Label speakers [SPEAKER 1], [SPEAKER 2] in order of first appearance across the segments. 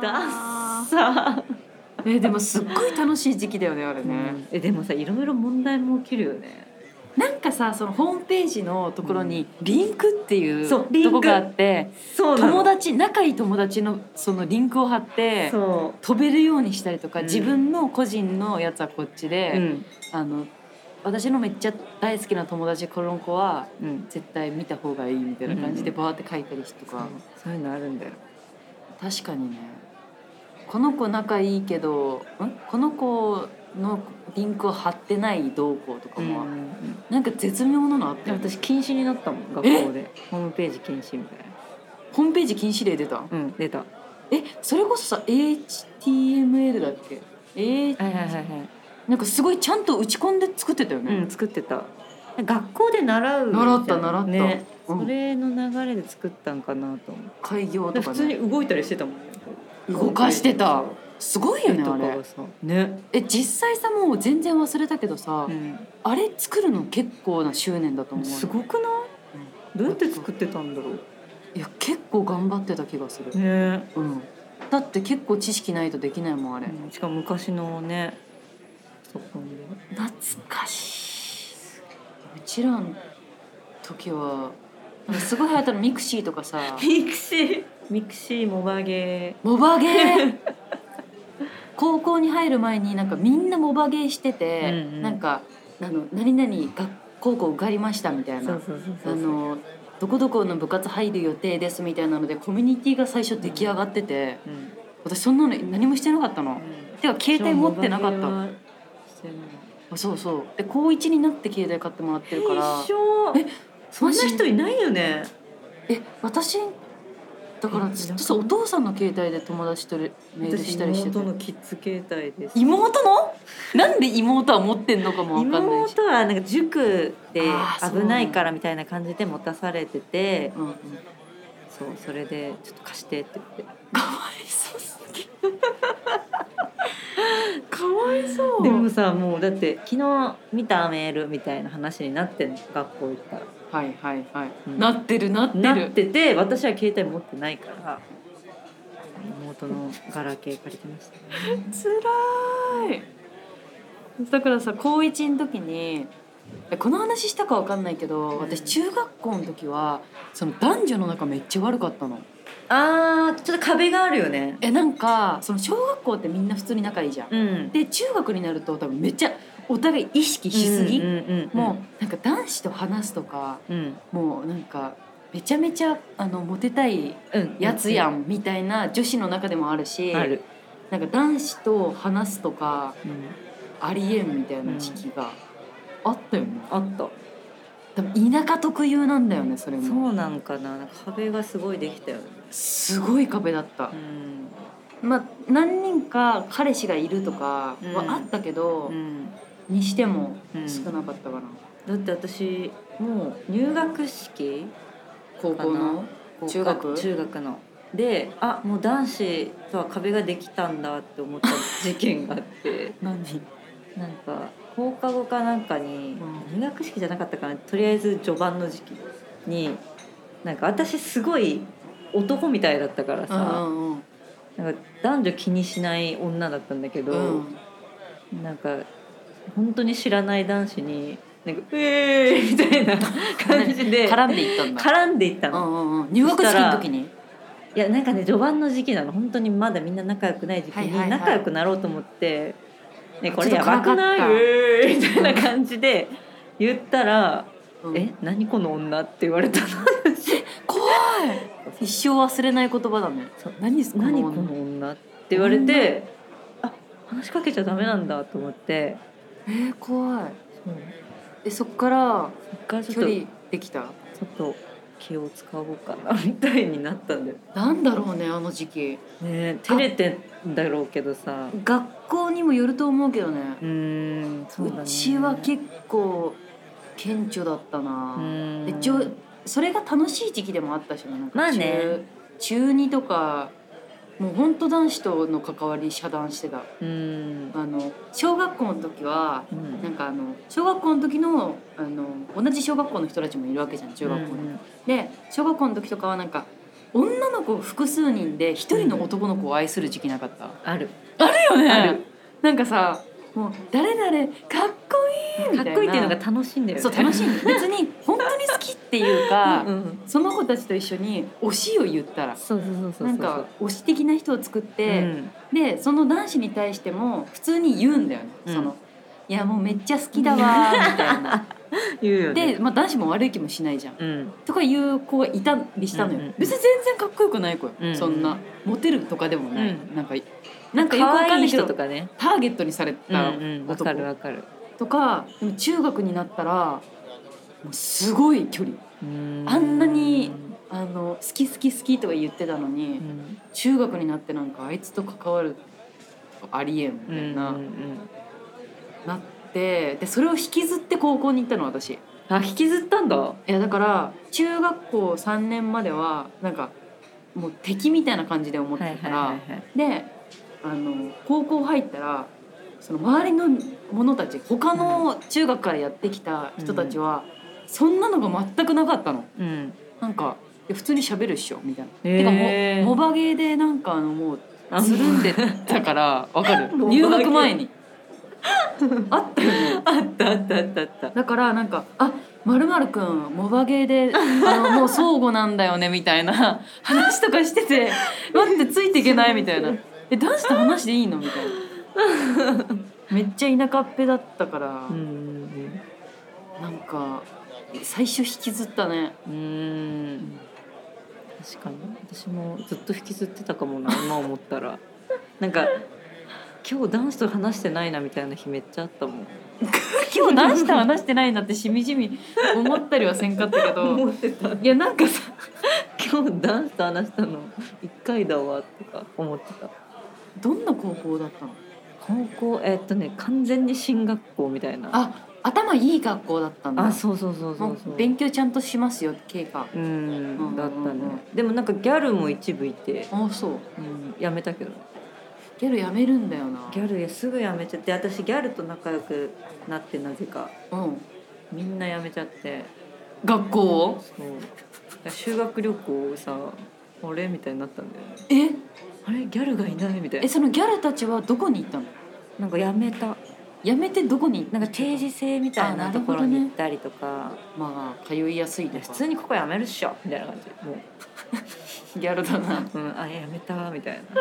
[SPEAKER 1] ダ
[SPEAKER 2] あ
[SPEAKER 1] ッサ
[SPEAKER 2] えでもすっごい楽しい時期だよねあれ
[SPEAKER 1] ー、
[SPEAKER 2] ね、
[SPEAKER 1] えでもさいろいろ問題も起きるよね
[SPEAKER 2] なんかさそのホームページのところにリンクっていう、
[SPEAKER 1] そうリンク
[SPEAKER 2] とこがあって
[SPEAKER 1] そ
[SPEAKER 2] 友達仲いい友達のそのリンクを貼って
[SPEAKER 1] そ
[SPEAKER 2] 飛べるようにしたりとか、
[SPEAKER 1] うん
[SPEAKER 2] 自分の個人のやつはこっち
[SPEAKER 1] う
[SPEAKER 2] で、
[SPEAKER 1] うん
[SPEAKER 2] あの私のめっちゃ大好きな友達この子は
[SPEAKER 1] うん
[SPEAKER 2] 絶対見た方がいいみたいな感じで
[SPEAKER 1] うん
[SPEAKER 2] バーって書いたりと
[SPEAKER 1] そう
[SPEAKER 2] か、
[SPEAKER 1] そういうのあるんだよ
[SPEAKER 2] 確かにねこの子仲いいけどんこの子のリンクを貼ってない動向とかも、
[SPEAKER 1] うん
[SPEAKER 2] なんか絶妙なのあっ
[SPEAKER 1] で
[SPEAKER 2] たよ
[SPEAKER 1] 私禁止になったもん学校でホームページ禁止みたい
[SPEAKER 2] ホームページ禁止令出た
[SPEAKER 1] なうん出たは
[SPEAKER 2] えそれこそさ HTML だっけえ
[SPEAKER 1] いはいはいはい
[SPEAKER 2] なんかすごいちゃんと打ち込んで作ってたよね、
[SPEAKER 1] うん、作ってた学校で習う
[SPEAKER 2] 習った習った
[SPEAKER 1] ね、
[SPEAKER 2] うん
[SPEAKER 1] それの流れで作ったんかなと思う
[SPEAKER 2] 開業とか、ね、
[SPEAKER 1] 普通に動いたりしてたもんね
[SPEAKER 2] 動かしてたすごいよねあれ
[SPEAKER 1] ね、
[SPEAKER 2] え実際さもう全然忘れたけどさ、
[SPEAKER 1] う
[SPEAKER 2] あれ作るの結構な執念だと思
[SPEAKER 1] ん、
[SPEAKER 2] う
[SPEAKER 1] すごくない、どうやって作ってたんだろ
[SPEAKER 2] いや結構頑張ってた気がする
[SPEAKER 1] う、ね、
[SPEAKER 2] うん、だって結構知識ないとできないもんあれ、
[SPEAKER 1] うんしかも昔のねそこに
[SPEAKER 2] 懐かしいうちらの時はなんかすごい流行ったのミクシーと かさ
[SPEAKER 1] ミクシーミクシーモバゲ
[SPEAKER 2] モバゲ ー高校に入る前になんかみんなモバゲーしてて、
[SPEAKER 1] うんうん
[SPEAKER 2] なんかあの何々学高校受かりましたみたい
[SPEAKER 1] ーそ
[SPEAKER 2] な
[SPEAKER 1] うそうそうそ
[SPEAKER 2] あ
[SPEAKER 1] う
[SPEAKER 2] のどこどこの部活入る予定ですみたいなのでコミュニティが最初出来上がってて
[SPEAKER 1] うんうん私
[SPEAKER 2] 私そんなの何もしてなかったの。てか携帯持ってなかっ
[SPEAKER 1] モバゲ
[SPEAKER 2] た
[SPEAKER 1] ーはしてな
[SPEAKER 2] あそうそうで高1になって携帯買ってもらってるか
[SPEAKER 1] い
[SPEAKER 2] ら
[SPEAKER 1] 一緒そんな人いないよね
[SPEAKER 2] え私だからずっとさ
[SPEAKER 1] え
[SPEAKER 2] お父さんの携帯で友達とレメール
[SPEAKER 1] 私
[SPEAKER 2] したりしてて
[SPEAKER 1] 妹のキッズ携帯です
[SPEAKER 2] 妹のなんで妹は持ってんのかも分かんないし、
[SPEAKER 1] 妹はなんか塾で
[SPEAKER 2] あー
[SPEAKER 1] 危ないからみたいな感じで持たされてて
[SPEAKER 2] うんうん、 か
[SPEAKER 1] そうそれでちょっと貸してって言って
[SPEAKER 2] わいそうすぎるかわいそう
[SPEAKER 1] でもさもうだって昨日見たメールみたいな話になってんの学校行ったら
[SPEAKER 2] はいはいはい、
[SPEAKER 1] うん
[SPEAKER 2] なってるなってる
[SPEAKER 1] なってて私は携帯持ってないから妹のガラケー借りてました
[SPEAKER 2] つらいだからさ高1の時にえこの話したかわかんないけど私中学校の時はその男女の仲めっちゃ悪かったの
[SPEAKER 1] あーちょっと壁があるよね
[SPEAKER 2] えなんかその小学校ってみんな普通に仲いいじゃん
[SPEAKER 1] うん
[SPEAKER 2] で中学になると多分めっちゃお互い意識しすぎ、
[SPEAKER 1] うんうんうんうん
[SPEAKER 2] もうなんか男子と話すとか
[SPEAKER 1] う、うん
[SPEAKER 2] もうなんかめちゃめちゃあのモテたい
[SPEAKER 1] うん、
[SPEAKER 2] やつやんみたいな女子の中でもあるし
[SPEAKER 1] ある、
[SPEAKER 2] なんか男子と話すとか
[SPEAKER 1] うん、
[SPEAKER 2] ありえんみたいな時期があったよね、
[SPEAKER 1] あった
[SPEAKER 2] 多分田舎特有なんだよねそれ
[SPEAKER 1] そう
[SPEAKER 2] も
[SPEAKER 1] なんかななんか壁がすごいできたよね
[SPEAKER 2] すごい壁だった
[SPEAKER 1] う、ん
[SPEAKER 2] まあ何人か彼氏がいるとかはあったけど、
[SPEAKER 1] うん
[SPEAKER 2] にしても
[SPEAKER 1] うん
[SPEAKER 2] 少なかったかな、
[SPEAKER 1] だって私もう入学式
[SPEAKER 2] 高校の中学
[SPEAKER 1] 中学のであもう男子とは壁ができたんだって思った事件があって
[SPEAKER 2] 何
[SPEAKER 1] なんか放課後かなんかに
[SPEAKER 2] う
[SPEAKER 1] 入学式じゃなかったかなとりあえず序盤の時期になんか私すごい男みたいだったからさ、
[SPEAKER 2] うんうん
[SPEAKER 1] なんか男女気にしない女だったんだけど、
[SPEAKER 2] うん
[SPEAKER 1] なんか本当に知らない男子に「なんかうえー!」みたいな感じで
[SPEAKER 2] 絡んでいったんだ
[SPEAKER 1] 絡んでいった
[SPEAKER 2] う
[SPEAKER 1] の。
[SPEAKER 2] んうんうん入学式の時に
[SPEAKER 1] いやなんかね序盤の時期なの本当にまだみんな仲良くない時期
[SPEAKER 2] はいはいは
[SPEAKER 1] に
[SPEAKER 2] い
[SPEAKER 1] 仲良くなろうと思って「ね、これ
[SPEAKER 2] ちょ
[SPEAKER 1] や
[SPEAKER 2] っと
[SPEAKER 1] ばくない?う
[SPEAKER 2] かかった
[SPEAKER 1] えー」 みたいな感じで言ったら「
[SPEAKER 2] え
[SPEAKER 1] え何この女?」って言わ れたの
[SPEAKER 2] 怖い一生忘れない言葉だね
[SPEAKER 1] そう
[SPEAKER 2] 何す
[SPEAKER 1] 「何この女?」って言われてあ話しかけちゃダメなんだと思って
[SPEAKER 2] えー、怖い
[SPEAKER 1] そう
[SPEAKER 2] えそっから
[SPEAKER 1] そっからち
[SPEAKER 2] 距
[SPEAKER 1] ょっと
[SPEAKER 2] 離できた
[SPEAKER 1] ちょっと気を使おうかなみたいになったんだよ。
[SPEAKER 2] なんだろうねあの時期
[SPEAKER 1] ね照れてんだろうけどさ
[SPEAKER 2] 学校にもよると思うけどね
[SPEAKER 1] うーんそうだね
[SPEAKER 2] ちは結構顕著だったな、
[SPEAKER 1] うーん
[SPEAKER 2] でちょそれが楽しい時期でもあったしねなんか
[SPEAKER 1] まあね
[SPEAKER 2] 中中2とかもうほんと男子との関わり遮断してた
[SPEAKER 1] うーん
[SPEAKER 2] あの小学校の時は
[SPEAKER 1] うん
[SPEAKER 2] なんかあの小学校の時のあの同じ小学校の人たちもいるわけじゃん中学校に、
[SPEAKER 1] うん
[SPEAKER 2] で小学校の時とかはなんか女の子複数人で一人の男の子を愛する時期なかった、
[SPEAKER 1] ある
[SPEAKER 2] よね
[SPEAKER 1] ある
[SPEAKER 2] なんかさもう誰々かっこいいみ
[SPEAKER 1] か
[SPEAKER 2] た
[SPEAKER 1] っ
[SPEAKER 2] いな
[SPEAKER 1] こいいっていうのが楽しいんだよね
[SPEAKER 2] そう楽しい別に本当に好きっていうか
[SPEAKER 1] うんうん
[SPEAKER 2] その子たちと一緒に推しを言ったら
[SPEAKER 1] そうそうそうそうそう
[SPEAKER 2] なんか推し的な人を作っ
[SPEAKER 1] う
[SPEAKER 2] て、
[SPEAKER 1] ん
[SPEAKER 2] でその男子に対しても普通に言うんだよね、
[SPEAKER 1] うん
[SPEAKER 2] そのいやもうめっちゃ好きだわーみた いな
[SPEAKER 1] 言うよね
[SPEAKER 2] で、まあ、男子も悪い気もしないじゃん
[SPEAKER 1] うん
[SPEAKER 2] とかいう子がいたりしたのよ、
[SPEAKER 1] うんうん
[SPEAKER 2] 別に全然かっこよくない子よ、
[SPEAKER 1] うん
[SPEAKER 2] そんなモテるとかでもない、
[SPEAKER 1] うん
[SPEAKER 2] なんかなんかよくわ
[SPEAKER 1] 可
[SPEAKER 2] か
[SPEAKER 1] 愛
[SPEAKER 2] んないい人
[SPEAKER 1] 人と
[SPEAKER 2] とか
[SPEAKER 1] かね
[SPEAKER 2] ターゲットにされ
[SPEAKER 1] うん
[SPEAKER 2] た
[SPEAKER 1] うんわ
[SPEAKER 2] 男
[SPEAKER 1] かるわかる
[SPEAKER 2] とかでも中学になったらもうすごい距離
[SPEAKER 1] うん
[SPEAKER 2] あんなにあの好き好き好きとか言ってたのに、
[SPEAKER 1] うん
[SPEAKER 2] 中学になってなんかあいつと関わるありえん
[SPEAKER 1] うんう
[SPEAKER 2] みたい
[SPEAKER 1] ん
[SPEAKER 2] な、
[SPEAKER 1] うん
[SPEAKER 2] なってでそれを引きずって高校に行ったの私い
[SPEAKER 1] あ引きずったんだ
[SPEAKER 2] やだから中学校3年まではなんかもう敵みたいな感じで思ってたから、
[SPEAKER 1] い
[SPEAKER 2] であの高校入ったらその周りの者たち他の中学からやってきた人たちは、そんなのが全くなかったの
[SPEAKER 1] うん
[SPEAKER 2] なんかいや普通に喋るっしょみたいな、
[SPEAKER 1] へー
[SPEAKER 2] てかもモバゲーでなんかあのもう
[SPEAKER 1] あ
[SPEAKER 2] つるんでたからわか る
[SPEAKER 1] モバゲ
[SPEAKER 2] 入
[SPEAKER 1] ー
[SPEAKER 2] 学前にあったよね
[SPEAKER 1] あったあったあったあった
[SPEAKER 2] だからなんか「あまるまるくんモバゲー であのもう相互なんだよね」みたいな話とかし てて「待ってついていけない」みたいな「え男子と話でいいの?」みたいな。めっちゃ田舎っぺだったから、
[SPEAKER 1] うん
[SPEAKER 2] なんか最初引きずったね
[SPEAKER 1] うんうん確かに私もずっと引きずってたかもな今思った らなんか今日男子と話してないなみたいな日めっちゃあったもん
[SPEAKER 2] 今日男子と話してないなってしみじみ思ったりはせんかったけ ど
[SPEAKER 1] ってた
[SPEAKER 2] いやなんかさ
[SPEAKER 1] 今日男子と話したの一回だわとか思ってた
[SPEAKER 2] どんな高校だったの
[SPEAKER 1] 高校えっとね完全に進学校みたいな
[SPEAKER 2] あ頭いい学校だったんだ
[SPEAKER 1] あそうそうそうそ
[SPEAKER 2] も
[SPEAKER 1] うそうう
[SPEAKER 2] 勉強ちゃんとしますよ経過
[SPEAKER 1] うんだった
[SPEAKER 2] うんうんうん
[SPEAKER 1] ねでもなんかギャルも一部いて、
[SPEAKER 2] あそう
[SPEAKER 1] うん、やめたけど
[SPEAKER 2] ギャルやめるんだよな
[SPEAKER 1] ギャルやすぐやめちゃって私ギャルと仲良くなってなぜか
[SPEAKER 2] うん、
[SPEAKER 1] みんなやめちゃって
[SPEAKER 2] 学校を
[SPEAKER 1] そうだから修学旅行さあれみたいになったんだよね
[SPEAKER 2] え
[SPEAKER 1] あれギャルがいないみたい
[SPEAKER 2] え
[SPEAKER 1] な
[SPEAKER 2] そのギャルたちはどこに行ったの
[SPEAKER 1] なんかやめた
[SPEAKER 2] やめてどこに行った
[SPEAKER 1] なんか定時制みたい
[SPEAKER 2] あ
[SPEAKER 1] な
[SPEAKER 2] なる
[SPEAKER 1] と
[SPEAKER 2] ほ
[SPEAKER 1] こ
[SPEAKER 2] ど
[SPEAKER 1] ろ
[SPEAKER 2] ね
[SPEAKER 1] に行ったりとか、
[SPEAKER 2] まあ通いやすい
[SPEAKER 1] いや
[SPEAKER 2] とか
[SPEAKER 1] 普通にここやめるっしょみたいな感じも
[SPEAKER 2] ギャルだな
[SPEAKER 1] う、うん、あやめたみたいな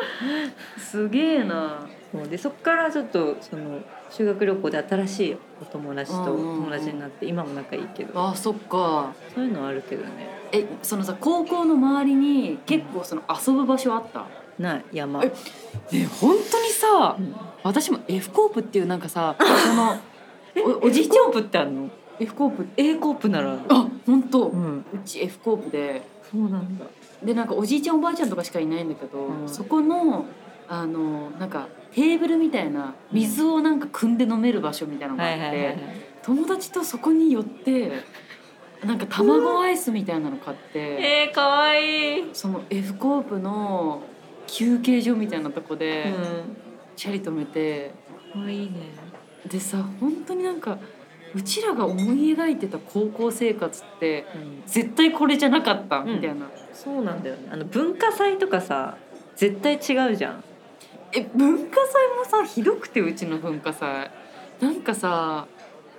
[SPEAKER 2] すげえな
[SPEAKER 1] そうでそっからちょっとその修学旅行で新しいお友達と
[SPEAKER 2] うんうんうん
[SPEAKER 1] 友達になって今も仲いいけど
[SPEAKER 2] あそっか
[SPEAKER 1] そういうのはあるけどね
[SPEAKER 2] えそのさ高校の周りに結構その遊ぶ場所あった
[SPEAKER 1] ない山、
[SPEAKER 2] えね本当にさ
[SPEAKER 1] うん
[SPEAKER 2] 私も F コープっていうなんかさそ のお
[SPEAKER 1] お
[SPEAKER 2] おじ
[SPEAKER 1] じ
[SPEAKER 2] い
[SPEAKER 1] い
[SPEAKER 2] ち
[SPEAKER 1] ち
[SPEAKER 2] ゃ
[SPEAKER 1] ゃ
[SPEAKER 2] ん
[SPEAKER 1] んプってあるの
[SPEAKER 2] F コープ
[SPEAKER 1] A コープなら
[SPEAKER 2] あ本当、うんち F コープで
[SPEAKER 1] そうなんだ
[SPEAKER 2] でなんかおじいちゃんおばあちゃんとかしかいないんだけど、
[SPEAKER 1] うん
[SPEAKER 2] そこのあのなんかテーブルみたいな水をなんか汲んで飲める場所みたいなのがあ
[SPEAKER 1] は
[SPEAKER 2] っ
[SPEAKER 1] い
[SPEAKER 2] て、
[SPEAKER 1] はいはいはい
[SPEAKER 2] 友達とそこに寄ってなんか卵アイスみたいなの買って、
[SPEAKER 1] えー、かわいい、うん、
[SPEAKER 2] その F コープの休憩所みたいなとこでチャリ止めて、
[SPEAKER 1] かわいいね
[SPEAKER 2] でさ本当になんかうちらが思い描いてた高校生活って
[SPEAKER 1] うん
[SPEAKER 2] 絶対これじゃなかった
[SPEAKER 1] うん
[SPEAKER 2] みたいな、
[SPEAKER 1] そうなんだよねあの文化祭とかさ絶対違うじゃん
[SPEAKER 2] え文化祭もさひどくてうちの文化祭なんかさ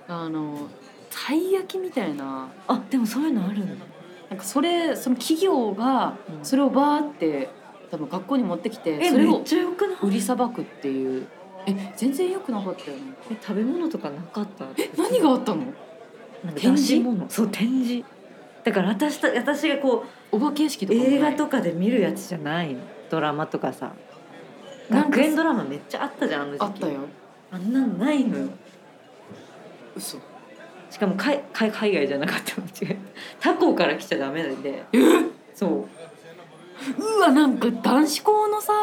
[SPEAKER 2] あのたい焼きみたいな
[SPEAKER 1] あでもそういうのあるんだ
[SPEAKER 2] なんかそれその企業が
[SPEAKER 1] うん
[SPEAKER 2] それをバーって多分学校に持ってきて
[SPEAKER 1] え
[SPEAKER 2] それ
[SPEAKER 1] めっ
[SPEAKER 2] を
[SPEAKER 1] ちゃよくない
[SPEAKER 2] 売りさばくっていうえ全然良くなかったよね
[SPEAKER 1] え食べ物とかなかった
[SPEAKER 2] え何があったの
[SPEAKER 1] なんか
[SPEAKER 2] 展
[SPEAKER 1] 展
[SPEAKER 2] 示
[SPEAKER 1] 示物そう展示だから私た私がこ
[SPEAKER 2] お化け屋敷
[SPEAKER 1] う
[SPEAKER 2] とかもない
[SPEAKER 1] 映画とかで見るやつじゃないのドラマとかさ
[SPEAKER 2] なんか
[SPEAKER 1] 学園ドラマめっちゃあったじゃんあの時期
[SPEAKER 2] あったよ
[SPEAKER 1] あんなんないのよ
[SPEAKER 2] 嘘
[SPEAKER 1] しかも海海海外じゃなかった間違えた他校から来ちゃダメで
[SPEAKER 2] え
[SPEAKER 1] そう
[SPEAKER 2] うわなんか男子校の さ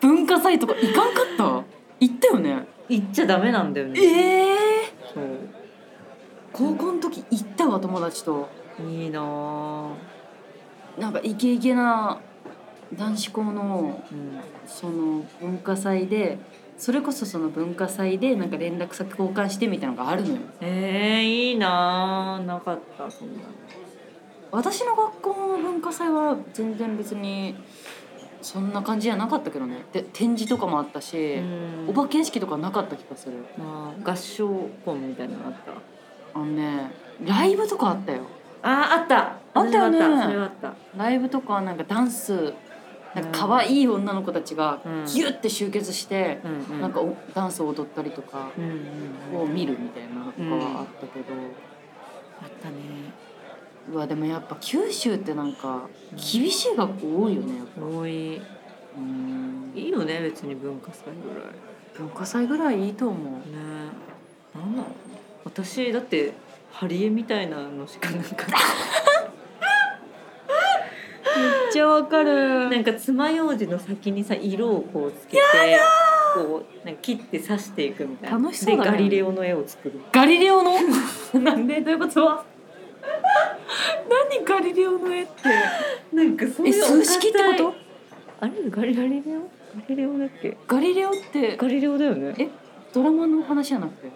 [SPEAKER 2] 文化祭とか行かんかった行ったよね
[SPEAKER 1] 行っちゃダメなんだよね
[SPEAKER 2] ええ
[SPEAKER 1] そう
[SPEAKER 2] 高校の時行ったわ友達と
[SPEAKER 1] いいなぁ
[SPEAKER 2] なんかイケイケな男子校の
[SPEAKER 1] うん
[SPEAKER 2] その文化祭でそれこそその文化祭でなんか連絡先交換してみたいなのがあるのよ
[SPEAKER 1] えー、いいなぁなかったそんなの
[SPEAKER 2] 私の学校の文化祭は全然別にそんな感じじゃなかったけどねで展示とかもあったし、お化け屋敷とかなかった気がする
[SPEAKER 1] まあ合唱コンみたいなのあった
[SPEAKER 2] あのねライブとかあったよ
[SPEAKER 1] ああった
[SPEAKER 2] あったよね
[SPEAKER 1] それはあったそれはあった
[SPEAKER 2] ライブとかなんかダンスなんか可愛い女の子たちが
[SPEAKER 1] うん
[SPEAKER 2] ギュッて集結して、
[SPEAKER 1] うんうん
[SPEAKER 2] なんかおダンスを踊ったりとか
[SPEAKER 1] うんうんうん
[SPEAKER 2] を見るみたいなのとかはあったけど、
[SPEAKER 1] あったね
[SPEAKER 2] うわでもやっぱ九州ってなんか厳しい学校多いよねやっぱ
[SPEAKER 1] 多い
[SPEAKER 2] うん
[SPEAKER 1] いいよね別に文化祭ぐらい
[SPEAKER 2] 文化祭ぐらいいいと思う
[SPEAKER 1] ねなんなの私だってハリエみたいなのしかなんか
[SPEAKER 2] めっちゃわかる
[SPEAKER 1] なんか爪楊枝の先にさ色をこうつけてこうなんか切って刺していくみたいな
[SPEAKER 2] 楽しそうだね
[SPEAKER 1] でガリレオの絵を作る
[SPEAKER 2] ガリレオの なんでどういうことは何ガリレオの絵って
[SPEAKER 1] なんかそう
[SPEAKER 2] え
[SPEAKER 1] いうお堅い
[SPEAKER 2] 数式ってこと
[SPEAKER 1] あれガリガリレオガリレオだっけ
[SPEAKER 2] ガリレオって
[SPEAKER 1] ガリレオだよね
[SPEAKER 2] えドラマの話じゃなくて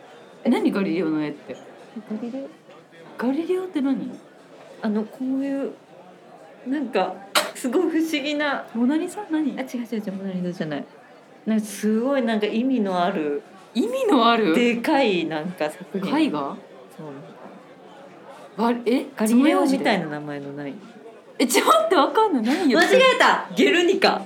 [SPEAKER 2] え何ガリレオの絵って
[SPEAKER 1] ガリレオ
[SPEAKER 2] ガリレオって何
[SPEAKER 1] あのこういうなんかすごい不思議な
[SPEAKER 2] モナリザ何
[SPEAKER 1] あ違う違う違うモナリザじゃないなんかすごいなんか意味のある
[SPEAKER 2] 意味のある
[SPEAKER 1] でかいなんか作品
[SPEAKER 2] 絵画
[SPEAKER 1] そう
[SPEAKER 2] わえ
[SPEAKER 1] ガリレオみ
[SPEAKER 2] 爪楊
[SPEAKER 1] た
[SPEAKER 2] 枝
[SPEAKER 1] い
[SPEAKER 2] で
[SPEAKER 1] な名前のない
[SPEAKER 2] えちょっと待ってわかんない何言
[SPEAKER 1] 間
[SPEAKER 2] ってる
[SPEAKER 1] 違えたゲルニ カ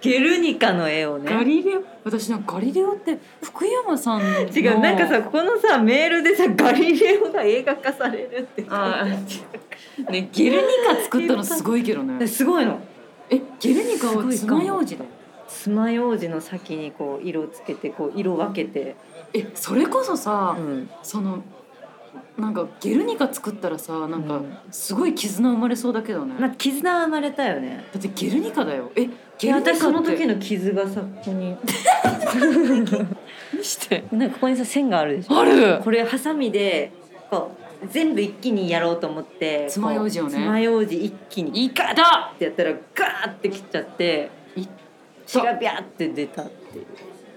[SPEAKER 1] ゲルニカの絵を
[SPEAKER 2] ガ
[SPEAKER 1] ね
[SPEAKER 2] リレオ私なんかガリレオって福山さんの
[SPEAKER 1] 違うなんかさここのさメールでさガリレオが映画化されるって書いてある
[SPEAKER 2] ねゲルニカ作ったのすごいけどね
[SPEAKER 1] すごいの
[SPEAKER 2] えゲルニカは爪楊枝だよ
[SPEAKER 1] 爪楊枝の先にこう色つけてこう色分けて、
[SPEAKER 2] えそれこそさ、
[SPEAKER 1] うん、
[SPEAKER 2] そのなんかゲルニカ作ったらさな
[SPEAKER 1] う
[SPEAKER 2] んか
[SPEAKER 1] ん
[SPEAKER 2] すごい絆生まれそうだけどね、
[SPEAKER 1] まあ
[SPEAKER 2] だ
[SPEAKER 1] 絆は生まれたよね
[SPEAKER 2] ってゲルニカだよえ
[SPEAKER 1] い
[SPEAKER 2] ゲ
[SPEAKER 1] や
[SPEAKER 2] ルニカって
[SPEAKER 1] 私その時の傷がさここに
[SPEAKER 2] 見して
[SPEAKER 1] なんかここにさ線があるでしょ
[SPEAKER 2] ある
[SPEAKER 1] これハサミでこう全部一気にやろうと思って
[SPEAKER 2] 爪楊枝をね
[SPEAKER 1] こう爪楊枝一気に
[SPEAKER 2] いかだ
[SPEAKER 1] ってやったらガーって切っちゃって
[SPEAKER 2] い
[SPEAKER 1] 血がビャーって出たっていう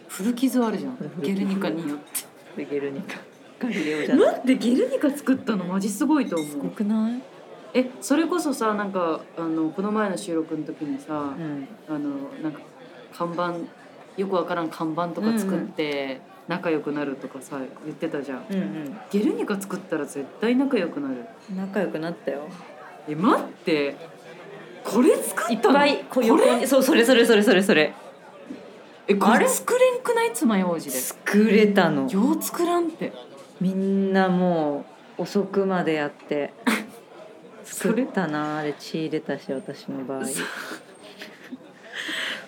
[SPEAKER 2] 古傷あるじゃん
[SPEAKER 1] 古
[SPEAKER 2] ゲ
[SPEAKER 1] 傷
[SPEAKER 2] ルニカによって
[SPEAKER 1] でゲルニカガリレオじゃ ない
[SPEAKER 2] なんでゲルニカ作ったのマジすごいと
[SPEAKER 1] すご
[SPEAKER 2] 思う
[SPEAKER 1] くない、
[SPEAKER 2] えそれこそさなんかあのこの前の収録の時にさ、
[SPEAKER 1] ん、
[SPEAKER 2] あのなんか看板よくわからん看板とか作って仲良くなるとかさ言ってたじゃん
[SPEAKER 1] うん
[SPEAKER 2] ゲルニカ作ったら絶対仲良くなる
[SPEAKER 1] うん仲良くなったよ
[SPEAKER 2] え待ってこれ作
[SPEAKER 1] いっ
[SPEAKER 2] ったの
[SPEAKER 1] ぱいこう
[SPEAKER 2] こ
[SPEAKER 1] 横
[SPEAKER 2] れ
[SPEAKER 1] にそうそれそれそれそれそれ
[SPEAKER 2] えこ
[SPEAKER 1] あ
[SPEAKER 2] れ
[SPEAKER 1] れ
[SPEAKER 2] 作れんくない爪楊枝で
[SPEAKER 1] 作れたの
[SPEAKER 2] よう作らんって
[SPEAKER 1] みんなもう遅くまでやって 作ったなあれ血入れたし私の場合、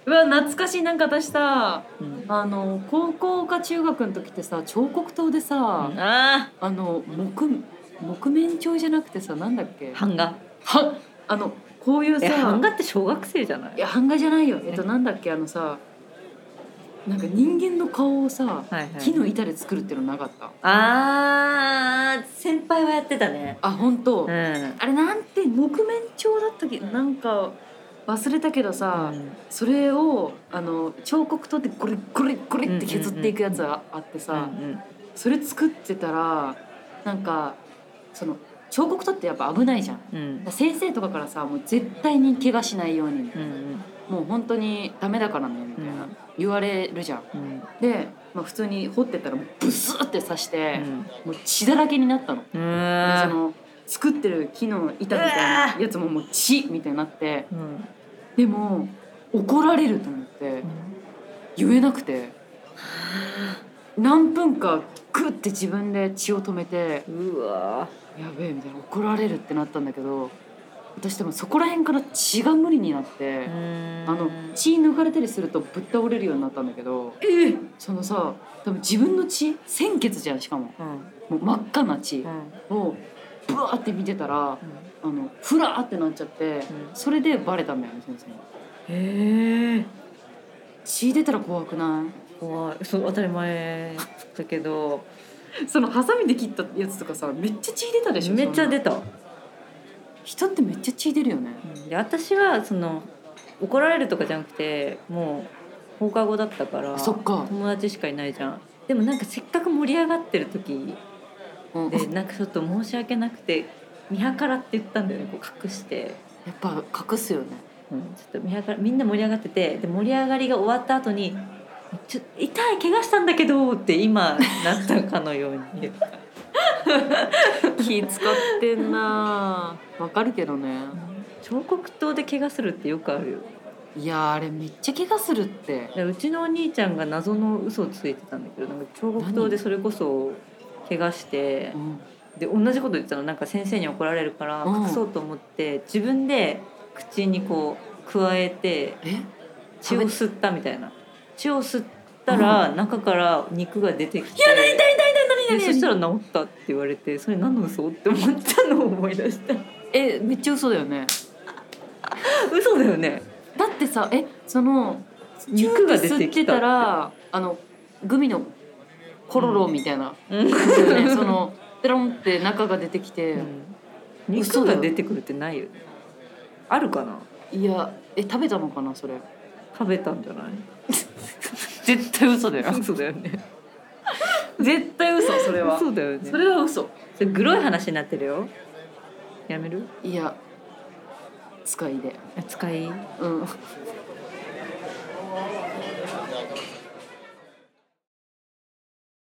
[SPEAKER 2] うわ懐かしいなんか私さ
[SPEAKER 1] うん
[SPEAKER 2] あの高校か中学の時ってさ彫刻刀でさ、
[SPEAKER 1] あ
[SPEAKER 2] あの木木面帳じゃなくてさなんだっけ
[SPEAKER 1] あ版画
[SPEAKER 2] はあのこういう
[SPEAKER 1] え
[SPEAKER 2] さ
[SPEAKER 1] 版画って小学生じゃない
[SPEAKER 2] いや版画じゃないよえっとなんだっけあのさなんか人間の顔をさ
[SPEAKER 1] はいはい
[SPEAKER 2] 木の板で作るっていうのなかった
[SPEAKER 1] あー先輩はやってたね
[SPEAKER 2] あ本
[SPEAKER 1] う
[SPEAKER 2] 当、
[SPEAKER 1] ん
[SPEAKER 2] あれなんて木面鳥だったっけなんか忘れたけどさ、
[SPEAKER 1] うん
[SPEAKER 2] それをあの彫刻刀でゴリゴリゴリって削っていくやつがあってさ、
[SPEAKER 1] うん
[SPEAKER 2] それ作ってたらなんかその彫刻刀ってやっぱ危ないじゃん
[SPEAKER 1] うん
[SPEAKER 2] 先生とかからさもう絶対に怪我しないように
[SPEAKER 1] うんうん
[SPEAKER 2] もう本当にダメだからねみたいな、
[SPEAKER 1] うん
[SPEAKER 2] 言われるじゃん
[SPEAKER 1] うん
[SPEAKER 2] で、まあ、普通に掘ってたらもうブスって刺して
[SPEAKER 1] う、ん
[SPEAKER 2] もう血だらけになった
[SPEAKER 1] う
[SPEAKER 2] の。でそ
[SPEAKER 1] ん
[SPEAKER 2] の作ってる木の板みたいなやつももう血みたいになって
[SPEAKER 1] うん
[SPEAKER 2] でも怒られると思って言えなくて何分かクッて自分で血を止めて
[SPEAKER 1] うわ
[SPEAKER 2] やべえみたいな怒られるってなったんだけど私でもそこら辺から血が無理になって
[SPEAKER 1] ーうん
[SPEAKER 2] あの血抜かれたりするとぶっ倒れるようになったんだけど
[SPEAKER 1] えうん
[SPEAKER 2] そのさ多分自分の血鮮血じゃんしかももう真っ赤な血
[SPEAKER 1] うん
[SPEAKER 2] をブワーって見てたらあのフラーってなっちゃって
[SPEAKER 1] ん
[SPEAKER 2] それでバレたんだよね先生に
[SPEAKER 1] へえ
[SPEAKER 2] 血出たら怖くな
[SPEAKER 1] 怖いそう当たり前だけど
[SPEAKER 2] いそのハサミで切ったやつとかさめっちゃ血出たでしょ
[SPEAKER 1] めっちゃ出
[SPEAKER 2] た
[SPEAKER 1] た、
[SPEAKER 2] 人ってめっちゃ血出るよね
[SPEAKER 1] で私はその怒られるとかじゃなくてもう放課後だったから
[SPEAKER 2] そっか
[SPEAKER 1] 友達しかいないじゃんでもなんかせっかく盛り上がってる時
[SPEAKER 2] うん
[SPEAKER 1] でなんかちょっと申し訳なくて見計らって言ったんだよねこう隠して、
[SPEAKER 2] やっぱ隠すよね
[SPEAKER 1] ちょっと見計らみんな盛り上がっててで盛り上がりが終わった後に「ちょ痛い怪我したんだけど」って今なったかのよう に
[SPEAKER 2] 気使ってんなあわかるけどね
[SPEAKER 1] 彫刻刀で怪我するってよくあるよ
[SPEAKER 2] いやーあれめっちゃ怪我するって
[SPEAKER 1] でうちのお兄ちゃんが謎の嘘をついてたんだけどなんか彫刻刀でそれこそ怪我して
[SPEAKER 2] うん
[SPEAKER 1] で同じこと言ってたのなんか先生に怒られるから
[SPEAKER 2] うん
[SPEAKER 1] 隠そうと思って自分で口にこう加えて
[SPEAKER 2] え
[SPEAKER 1] 血を吸ったみたいな血を吸ったら中から肉が出てきて「いや痛い痛い痛い
[SPEAKER 2] 何
[SPEAKER 1] そしたら治ったって言われてそれ何の嘘って思ったのを思い出した
[SPEAKER 2] えめっちゃ嘘だよね
[SPEAKER 1] 嘘だよね
[SPEAKER 2] だってさえその
[SPEAKER 1] 肉が出
[SPEAKER 2] チュー
[SPEAKER 1] て
[SPEAKER 2] 吸って
[SPEAKER 1] き
[SPEAKER 2] た
[SPEAKER 1] た
[SPEAKER 2] らあのグミのコロロみたいな、
[SPEAKER 1] うん
[SPEAKER 2] ね そのペロンって中が出てきて、
[SPEAKER 1] 肉が出てくるってないよねあるかない
[SPEAKER 2] やえ食べたのかなそれ
[SPEAKER 1] 食べたんじゃない
[SPEAKER 2] 絶対嘘だよ
[SPEAKER 1] 嘘だよね
[SPEAKER 2] 絶対嘘それは
[SPEAKER 1] 嘘だよね
[SPEAKER 2] それは嘘
[SPEAKER 1] それグロい話になってるよやめる
[SPEAKER 2] いや使いで
[SPEAKER 1] 扱い
[SPEAKER 2] うん